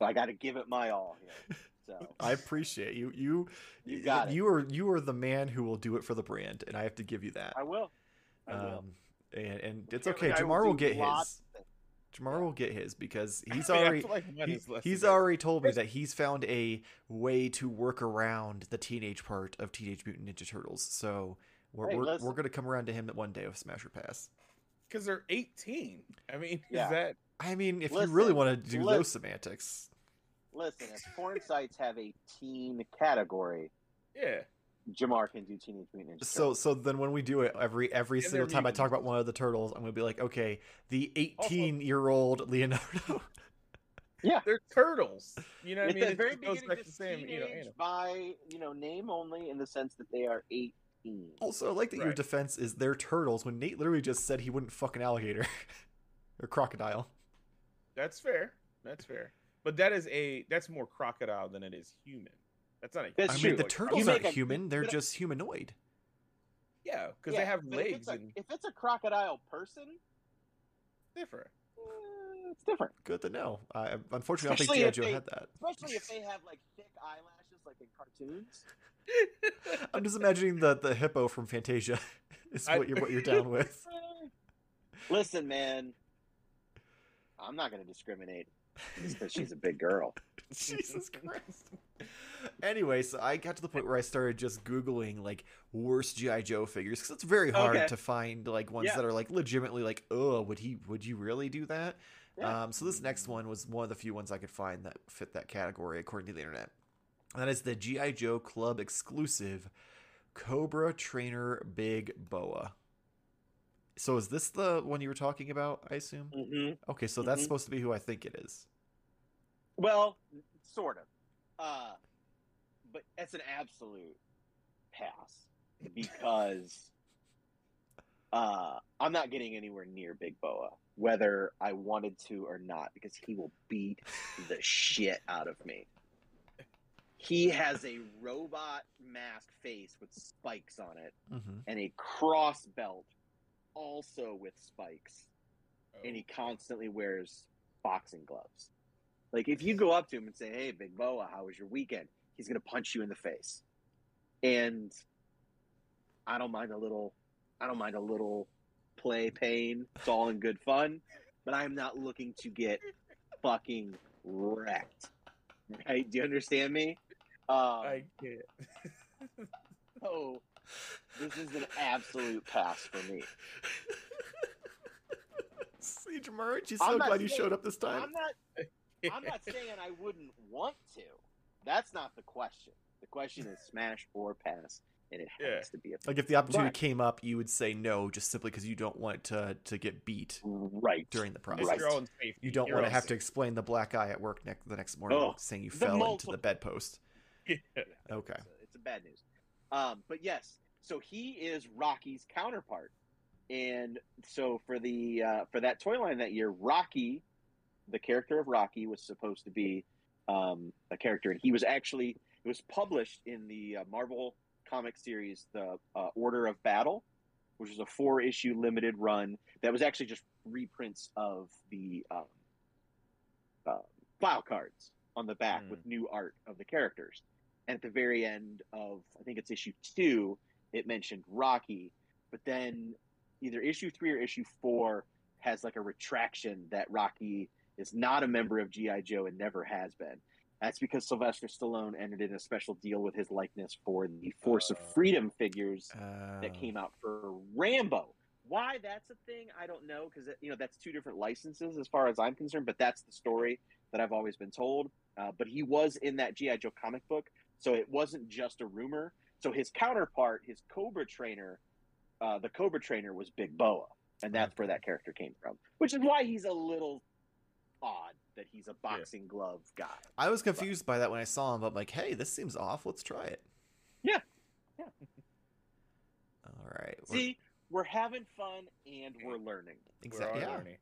I got to give it my all here. So
I appreciate you. You,
You got it.
You are you are the man who will do it for the brand, and I have to give you that.
I will. I will.
Um, and and it's
Apparently
okay.
I
Jamar
do
will get
lots
his.
of things.
Jamar will get his because he's
I mean, I
already
feel like mine
he-
is less
he's
than that.
already told me that he's found a way to work around the teenage part of Teenage Mutant Ninja Turtles. So we're
Hey,
we're,
listen.
we're gonna come around to him one day with Smasher Pass.
because they're 18. I mean,
Yeah.
is that
I mean, if you really
Listen,
want to do
let-
those semantics,
Listen, if porn sites have a teen category,
yeah?
Jamar can do Teenage Mutant Ninja
So
Turtles.
so then when we do it every every
And they're
single time I talk
mutants.
about one of the turtles, I'm gonna be like, okay, the
Also-
18 year old Leonardo.
They're turtles. You know what I
At
mean?
the very
it goes
beginning,
back to
just
Sam. You know,
teenage
animal.
by you know name only in the sense that they are eighteen.
Oh,
also, I like that your
Right.
defense is they're turtles when Nate literally just said he wouldn't fuck an alligator or crocodile.
that's fair. That's fair. But that is a that's more crocodile than it is human. That's not a.
That's
I
true.
mean, the
Like,
turtles
you
aren't
make a-
human; they're
but-
just humanoid.
Yeah, because
Yeah,
they have
but if
legs
it's a-
and
if it's a crocodile person,
different.
eh, it's different.
Good to know. I, unfortunately, I
Especially
don't
if
think Jojo
they-
had that.
Especially if they have like thick eyelashes, like in cartoons.
I'm just imagining the the hippo from Fantasia is
I-
what you're what you're down with.
Eh. Listen, man, I'm not going to discriminate just because she's a big girl.
Jesus Christ. Anyway, so I got to the point where I started just googling like worst GI Joe figures because it's very hard
Okay.
to find like ones
Yeah.
that are like legitimately like oh would he would you really do that?
Yeah.
Um, so this next one was one of the few ones I could find that fit that category according to the internet. And that is the GI Joe Club exclusive Cobra Trainer Big Boa. So is this the one you were talking about? I assume.
Mm-hmm.
Okay, so that's
Mhm.
supposed to be who I think it is.
Well, sort of. Uh, but that's an absolute pass because uh, I'm not getting anywhere near Big Boa, whether I wanted to or not, because he will beat the shit out of me. He has a robot mask face with spikes on it
Mm-hmm.
and a cross belt also with spikes and he constantly wears boxing gloves. Like if you go up to him and say, "Hey, Big Boa, how was your weekend?" He's gonna punch you in the face. And I don't mind a little. I don't mind a little play pain. It's all in good fun, but I am not looking to get fucking wrecked. Right? Do you understand me? Um,
I can't.
so this is an absolute pass for me.
Siege Merch, he's
I'm
so
not
glad you
saying-
showed up this time.
I'm not I'm not saying I wouldn't want to. That's not the question. The question is smash or pass, and it has
Yeah.
to be a
Like if the opportunity
Right.
came up, you would say no, just simply because you don't want to to get beat
right
during the
It's
process.
Right.
your own safety.
You don't
Your
want to
own
have to
safety.
explain the black eye at work next the next morning,
Oh,
saying you
the
fell into
multiple-
the bedpost. Okay.
It's, it's a bad news. Um, but yes, so he is Rocky's counterpart, and so for the uh, for that toy line that year, Rocky, the character of Rocky, was supposed to be um, a character, and he was actually it was published in the uh, Marvel comic series, the uh, Order of Battle, which was a four issue limited run that was actually just reprints of the um, uh, file cards on the back
Hmm.
with new art of the characters. And at the very end of, I think it's issue two, it mentioned Rocky, but then either issue three or issue four has like a retraction that Rocky is not a member of G.I. Joe and never has been. That's because Sylvester Stallone entered in a special deal with his likeness for the Force of
Uh.
Freedom figures
Uh,
that came out for Rambo. Why that's a thing, I don't know, because you know that's two different licenses as far as I'm concerned. But that's the story that I've always been told. Uh, but he was in that GI Joe comic book, so it wasn't just a rumor. So his counterpart, his Cobra trainer, uh, the Cobra trainer was Big Boa, and that's where that character came from. Which is why he's a little odd that he's a boxing glove guy.
I was confused by that when I saw him, but I'm like, hey, this seems off. Let's try it.
Yeah. Yeah.
All right. we're-
See, we're having fun and we're learning.
We're
exactly.
all
Yeah.
learning.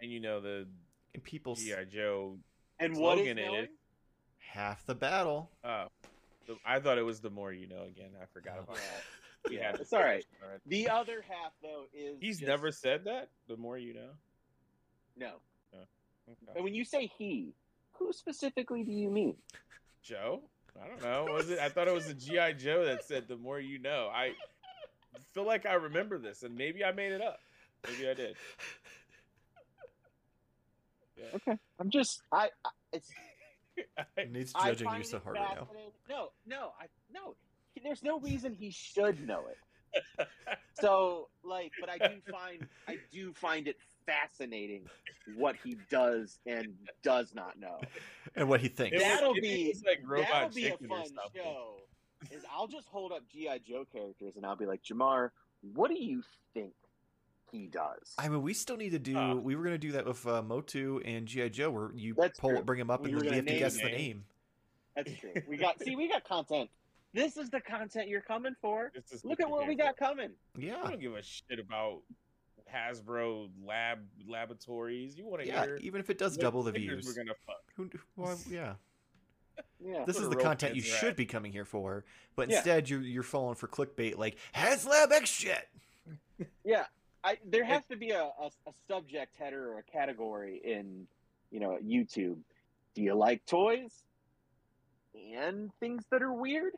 And you know the
And people s-
GI Joe.
And what is
Slogan is-
knowing?
half the battle.
Uh, the, I thought it was the more you know. Again, I
Oh.
forgot about
Yeah.
that. We had
it's all right.
discussion already.
The other half, though, is
He's
just-
never said that. The more you know.
no.
Okay.
And when you say he, who specifically do you mean?
Joe? I don't know. Was it? I thought it was the GI Joe that said, "The more you know." I feel like I remember this, and maybe I made it up. Maybe I did.
I'm just I. I it's
I-
Nate's
I
judging you
find
so
it
hard right now.
fascinating- No, no, I no. He- There's no reason he should know it. So like, but I do find I do find it fascinating what he does and does not know.
And what he thinks.
It was-
That'll
it
be-
was like
That'll
robot
be a
chicken or
fun
something.
show. Is I'll just hold up GI Joe characters and I'll be like, Jamar, what do you think he does?
I mean, we still need to do.
Uh.
we were going to do that with uh, Motu and GI Joe, where you
That's
pull,
true.
bring them up,
We
and
were
then we
gonna
have to
name
guess the
names.
name.
That's true. We got see, we got content. This is the content you're coming for.
This is
Look at what we
came
got coming.
from.
Yeah,
I don't give a shit about Hasbro lab laboratories. You want to
yeah.
hear?
Even if it does
what
double the
figures
views,
We're gonna fuck.
who, who- why- yeah.
Yeah.
This
Put
is
a
the
real
content you
fancy
should
rack.
be coming here for, but
Yeah.
instead you're you're falling for clickbait like HasLab X shit.
Yeah. I there has to be a, a, a subject header or a category in you know YouTube. Do you like toys? And things that are weird?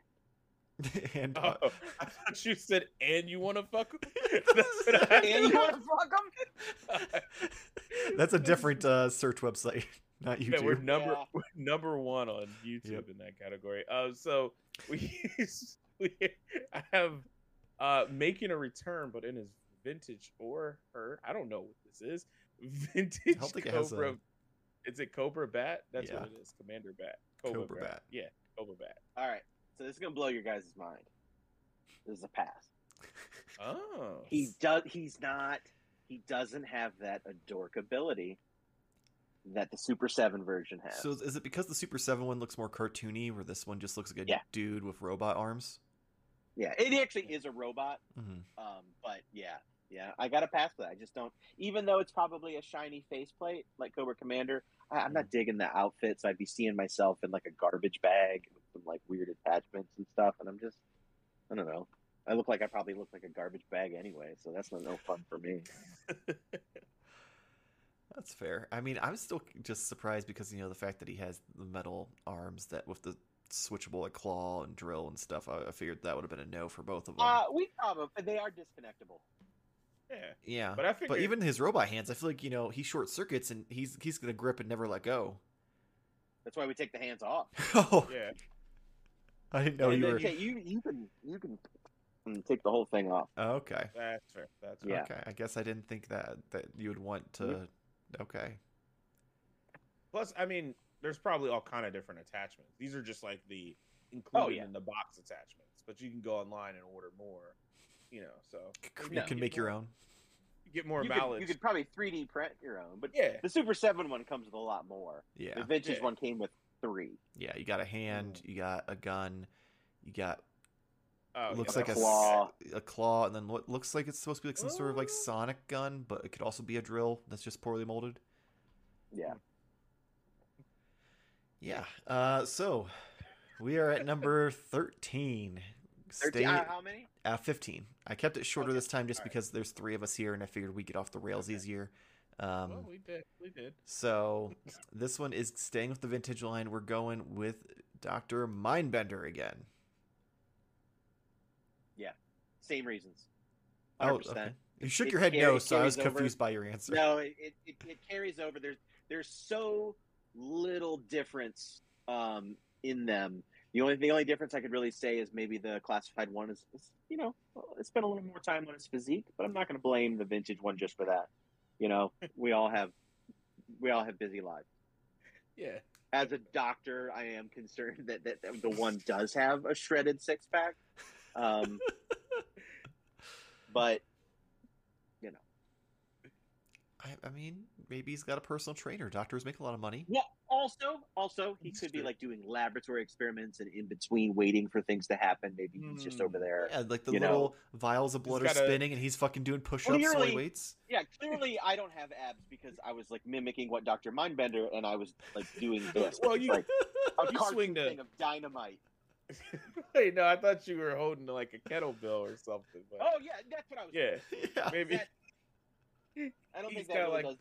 and uh,
Oh, I thought you said, and you want to fuck. 'em?" That's what I-
And you wanna fuck them?
that's a different uh, search website. Not you
that we're
two.
number
Yeah.
we're number one on YouTube
Yep.
in that category. Uh, so we, we I have uh, making a return, but in his vintage or her, I don't know what this is. Vintage
don't think it
Cobra.
has
Is it Cobra Bat? That's what
Yeah.
it is. Commander Bat.
Cobra Bat.
Yeah, Cobra Bat.
All right. So this is gonna blow your guys' mind. This is a pass.
Oh,
He does. He's not. He doesn't have that adork ability that the Super Seven version has.
So is- is it because the Super Seven one looks more cartoony, where this one just looks like a
Yeah.
dude with robot arms?
yeah, it actually is a robot.
Mhm.
Um, but yeah, yeah, I got to pass for that. I just don't. Even though it's probably a shiny faceplate like Cobra Commander, I, I'm
Hmm.
not digging the outfit. So I'd be seeing myself in like a garbage bag with some like weird attachments and stuff, and I'm just, I don't know. I look like I probably look like a garbage bag anyway, so that's not no fun for me.
That's fair. I mean, I'm still just surprised because you know the fact that he has the metal arms that with the switchable like claw and drill and stuff. I, I figured that would have been a no for both of them.
Uh, we probably they are disconnectable.
yeah.
yeah,
But I figured.
But even his robot hands, I feel like you know he short circuits and he's he's gonna grip and never let go.
That's why we take the hands off.
oh,
yeah,
I didn't know
And
Oh, you
then
were.
ta- you you can you can mm, take the whole thing off.
Oh, okay,
that's fair. That's fair.
Yeah.
okay. I guess I didn't think that that you would want to. Okay,
Plus, I mean, there's probably all kind of different attachments. These are just like the included
Oh, yeah.
in the box attachments, but you can go online and order more. You know, so
C-
maybe
you can
get
make your
more-
own.
Get more
you, could,
mileage.
you could probably 3D print your own, but
yeah,
the Super Seven one comes with a lot more.
Yeah,
The vintage
Yeah.
one came with three.
yeah. You got a hand. You got a gun. You got
oh,
looks
yeah,
like a
that's-
s-
claw.
a claw, and then what looks like it's supposed to be like some sort of like
Ooh.
sonic gun, but it could also be a drill that's just poorly molded.
Yeah.
Yeah. Uh, so we are at number thirteen.
13,
Stay-
uh, how many?
Uh, 15. I kept it shorter
uh-huh. Okay.
this time just
All right.
because there's three of us here and I figured we'd get off the rails
Okay.
easier. Um,
Well, Oh, we did. We did.
so this one is staying with the vintage line. We're going with Dr. Mindbender again.
Same reasons.
Oh,
100%.
okay. You shook
It
your head
carry-
no, so I
carries
was
over.
confused by your answer.
No, it, it, it, it carries over. There's there's so little difference um, in them. The only the only difference I could really say is maybe the classified one is, is you know it's been a little more time on his physique, but I'm not going to blame the vintage one just for that. You know, we all have we all have busy lives.
Yeah.
as a doctor, I am concerned that, that, that the one does have a shredded six pack. Um, but
I, I mean, maybe he's got a personal trainer. Doctors make a lot of money.
well, also, also he
That's
could be
true.
like doing laboratory experiments and in between waiting for things to happen. Maybe he's just
Hmm.
over there.
Yeah, like the
You know,
little vials of blood are
gotta-
spinning and he's fucking doing push ups while he
Clearly-
waits.
Yeah, clearly I don't have abs because I was like mimicking what Doctor Mindbender and I was like doing this.
Well,
which is,
you-
like a
you
cartoon
swing the-
thing of dynamite.
Wait, no, I thought you were holding like a kettlebell or something. But
Oh yeah, that's what I was.
yeah,
Yeah.
maybe
That- I don't
He's
think that
got,
really
like,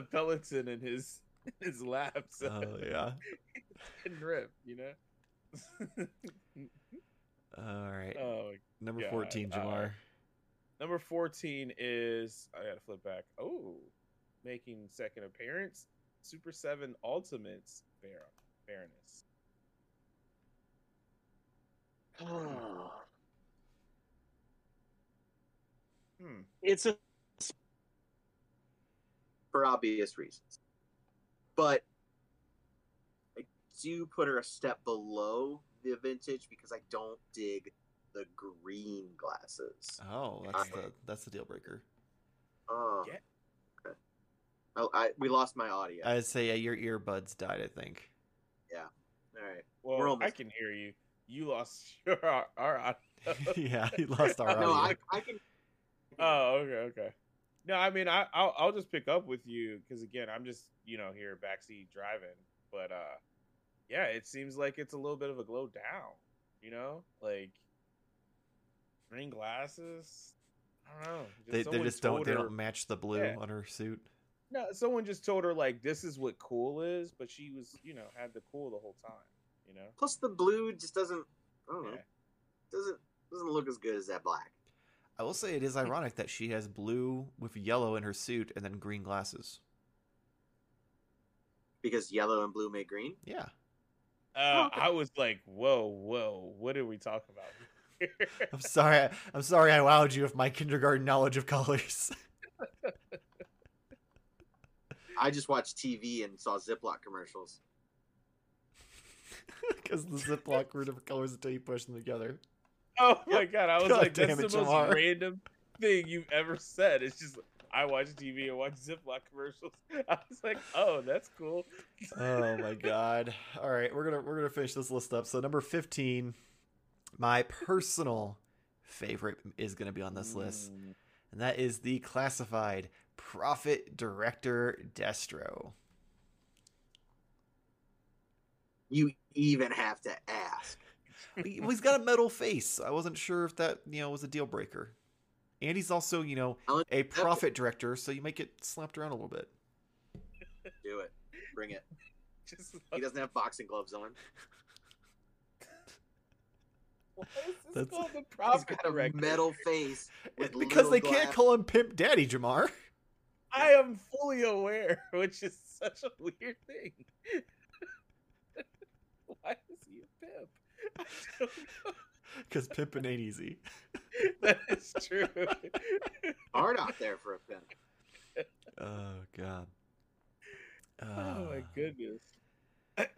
a Peloton in his in his lap. So
Oh, yeah.
can rip. You know.
All right.
oh uh,
Number
God,
14,
all
Jamar.
right. Number 14 is I gotta flip back. Oh, making second appearance, Super Seven Ultimates Bar- Baroness. Hmm.
it's a for obvious reasons but i do put her a step below the vintage because i don't dig the green glasses
Oh, that's the that's the deal breaker.
oh
Yeah.
okay. oh i we lost my audio
I'd say yeah, your earbuds died. I think.
all right
Well,
We're almost-
I can hear you. You lost your our, our
yeah, he lost our.
no
audio.
I, I can
Oh, okay, okay. No, I mean I I'll, I'll just pick up with you because again I'm just you know here backseat driving, but uh, yeah, it seems like it's a little bit of a glow down. You know, like green glasses. I don't know.
They, they
someone
just don't
told
they
her-
don't match the blue
Yeah.
on her suit.
No, someone just told her like this is what cool is, but she was, you know, had the cool the whole time, you know.
plus the blue just doesn't i don't know
Yeah.
doesn't doesn't look as good as that black
I will say it is ironic that she has blue with yellow in her suit and then green glasses.
because yellow and blue made green.
Yeah. Oh.
Uh,
okay.
I was like, whoa, whoa, what are we talking about? here?"
I'm sorry. I- I'm sorry I wowed you with my kindergarten knowledge of colors.
I just watched TV and saw Ziploc commercials.
Because the Ziploc were different colors until you push them together.
oh my god, I was
God
like, that's
damn
the
it,
most
Jamar.
random thing you've ever said. It's just I watch TV and watch Ziploc commercials. I was like, oh, that's cool.
Oh my god. All right, we're gonna we're gonna finish this list up. So number fifteen, my personal favorite is gonna be on this list,
Mm.
and that is the classified Prophet Director Destro.
You even have to ask.
He- well, He's got a metal face. I wasn't sure if that you know was a deal breaker. And he's also you know
Alan,
a prophet director, so you might get slapped around a little bit.
Do it. Bring it.
Just
He
like,
doesn't have boxing gloves on.
why is this
That's-
called the
He's
profit
got a
director?
metal face. With
It's because they
little
can't
glass-
call him Pimp Daddy Jamar.
I am fully aware, which is such a weird thing. Why is he a pimp? I don't
Because pimping ain't easy.
know. That is true.
hard out there for a pin.
Oh god.
oh my
Ah.
goodness. Can't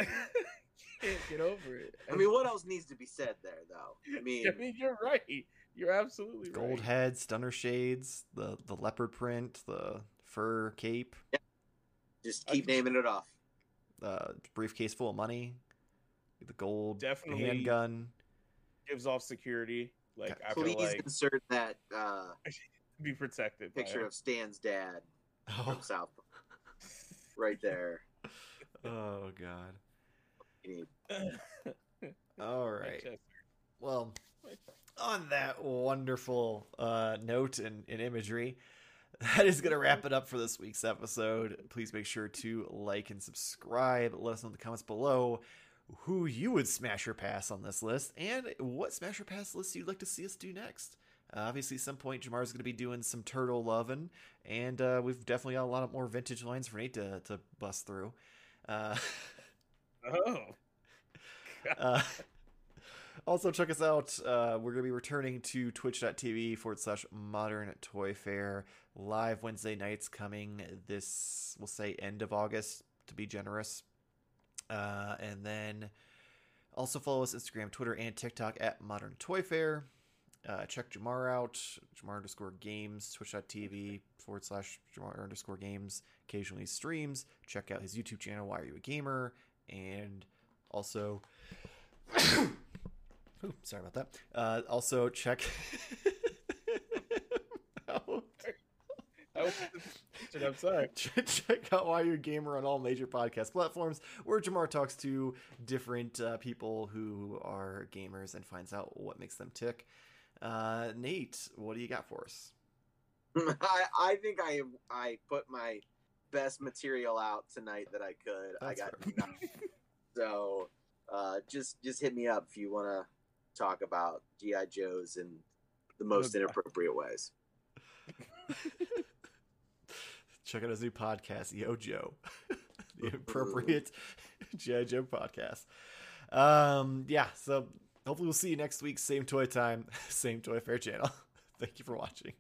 get over it.
I mean, what else needs to be said there, though? I mean,
I mean, you're right. You're absolutely
Gold
right.
head, stunner shades, the the leopard print, the fur cape,
just
I
keep
can-
naming it off.
uh, briefcase full of money, the gold
Definitely
handgun.
gives off security. Like I
Please
feel like
insert that uh,
be protected. by
picture
him.
of Stan's dad
Oh,
from South Park right there.
oh god.
You need-
All right.
Manchester.
Well, on that wonderful uh, note and, and imagery, that is going to wrap it up for this week's episode. Please make sure to like and subscribe. Let us know in the comments below who you would smash or pass on this list and what smash or pass list you'd like to see us do next. Uh, obviously, at some point, Jamar's going to be doing some turtle loving, and uh, we've definitely got a lot of more vintage lines for Nate to, to bust through. Uh,
Oh.
uh, also check us out uh, we're going to be returning to twitch.tv forward slash modern toy fair live wednesday nights coming this we'll say end of august to be generous uh, and then also follow us instagram twitter and tiktok at modern toy fair uh, check jamar out jamar underscore games twitch.tv forward slash jamar underscore games occasionally streams check out his youtube channel why are you a gamer and also Ooh, sorry about that uh, also check
I was- I'm sorry.
Check check out Why You're a Gamer on all major podcast platforms, where Jamar talks to different uh, people who are gamers and finds out what makes them tick. Uh, Nate, what do you got for us?
I, I think I I put my best material out tonight that I could. I
That's
got
fair.
nothing. so uh, just just hit me up if you want to talk about GI Joes in the most
Okay.
inappropriate ways.
Check out his new podcast, Yo Joe, the appropriate GI Joe podcast. Um, yeah, so hopefully we'll see you next week, same toy time, same toy fair channel. Thank you for watching.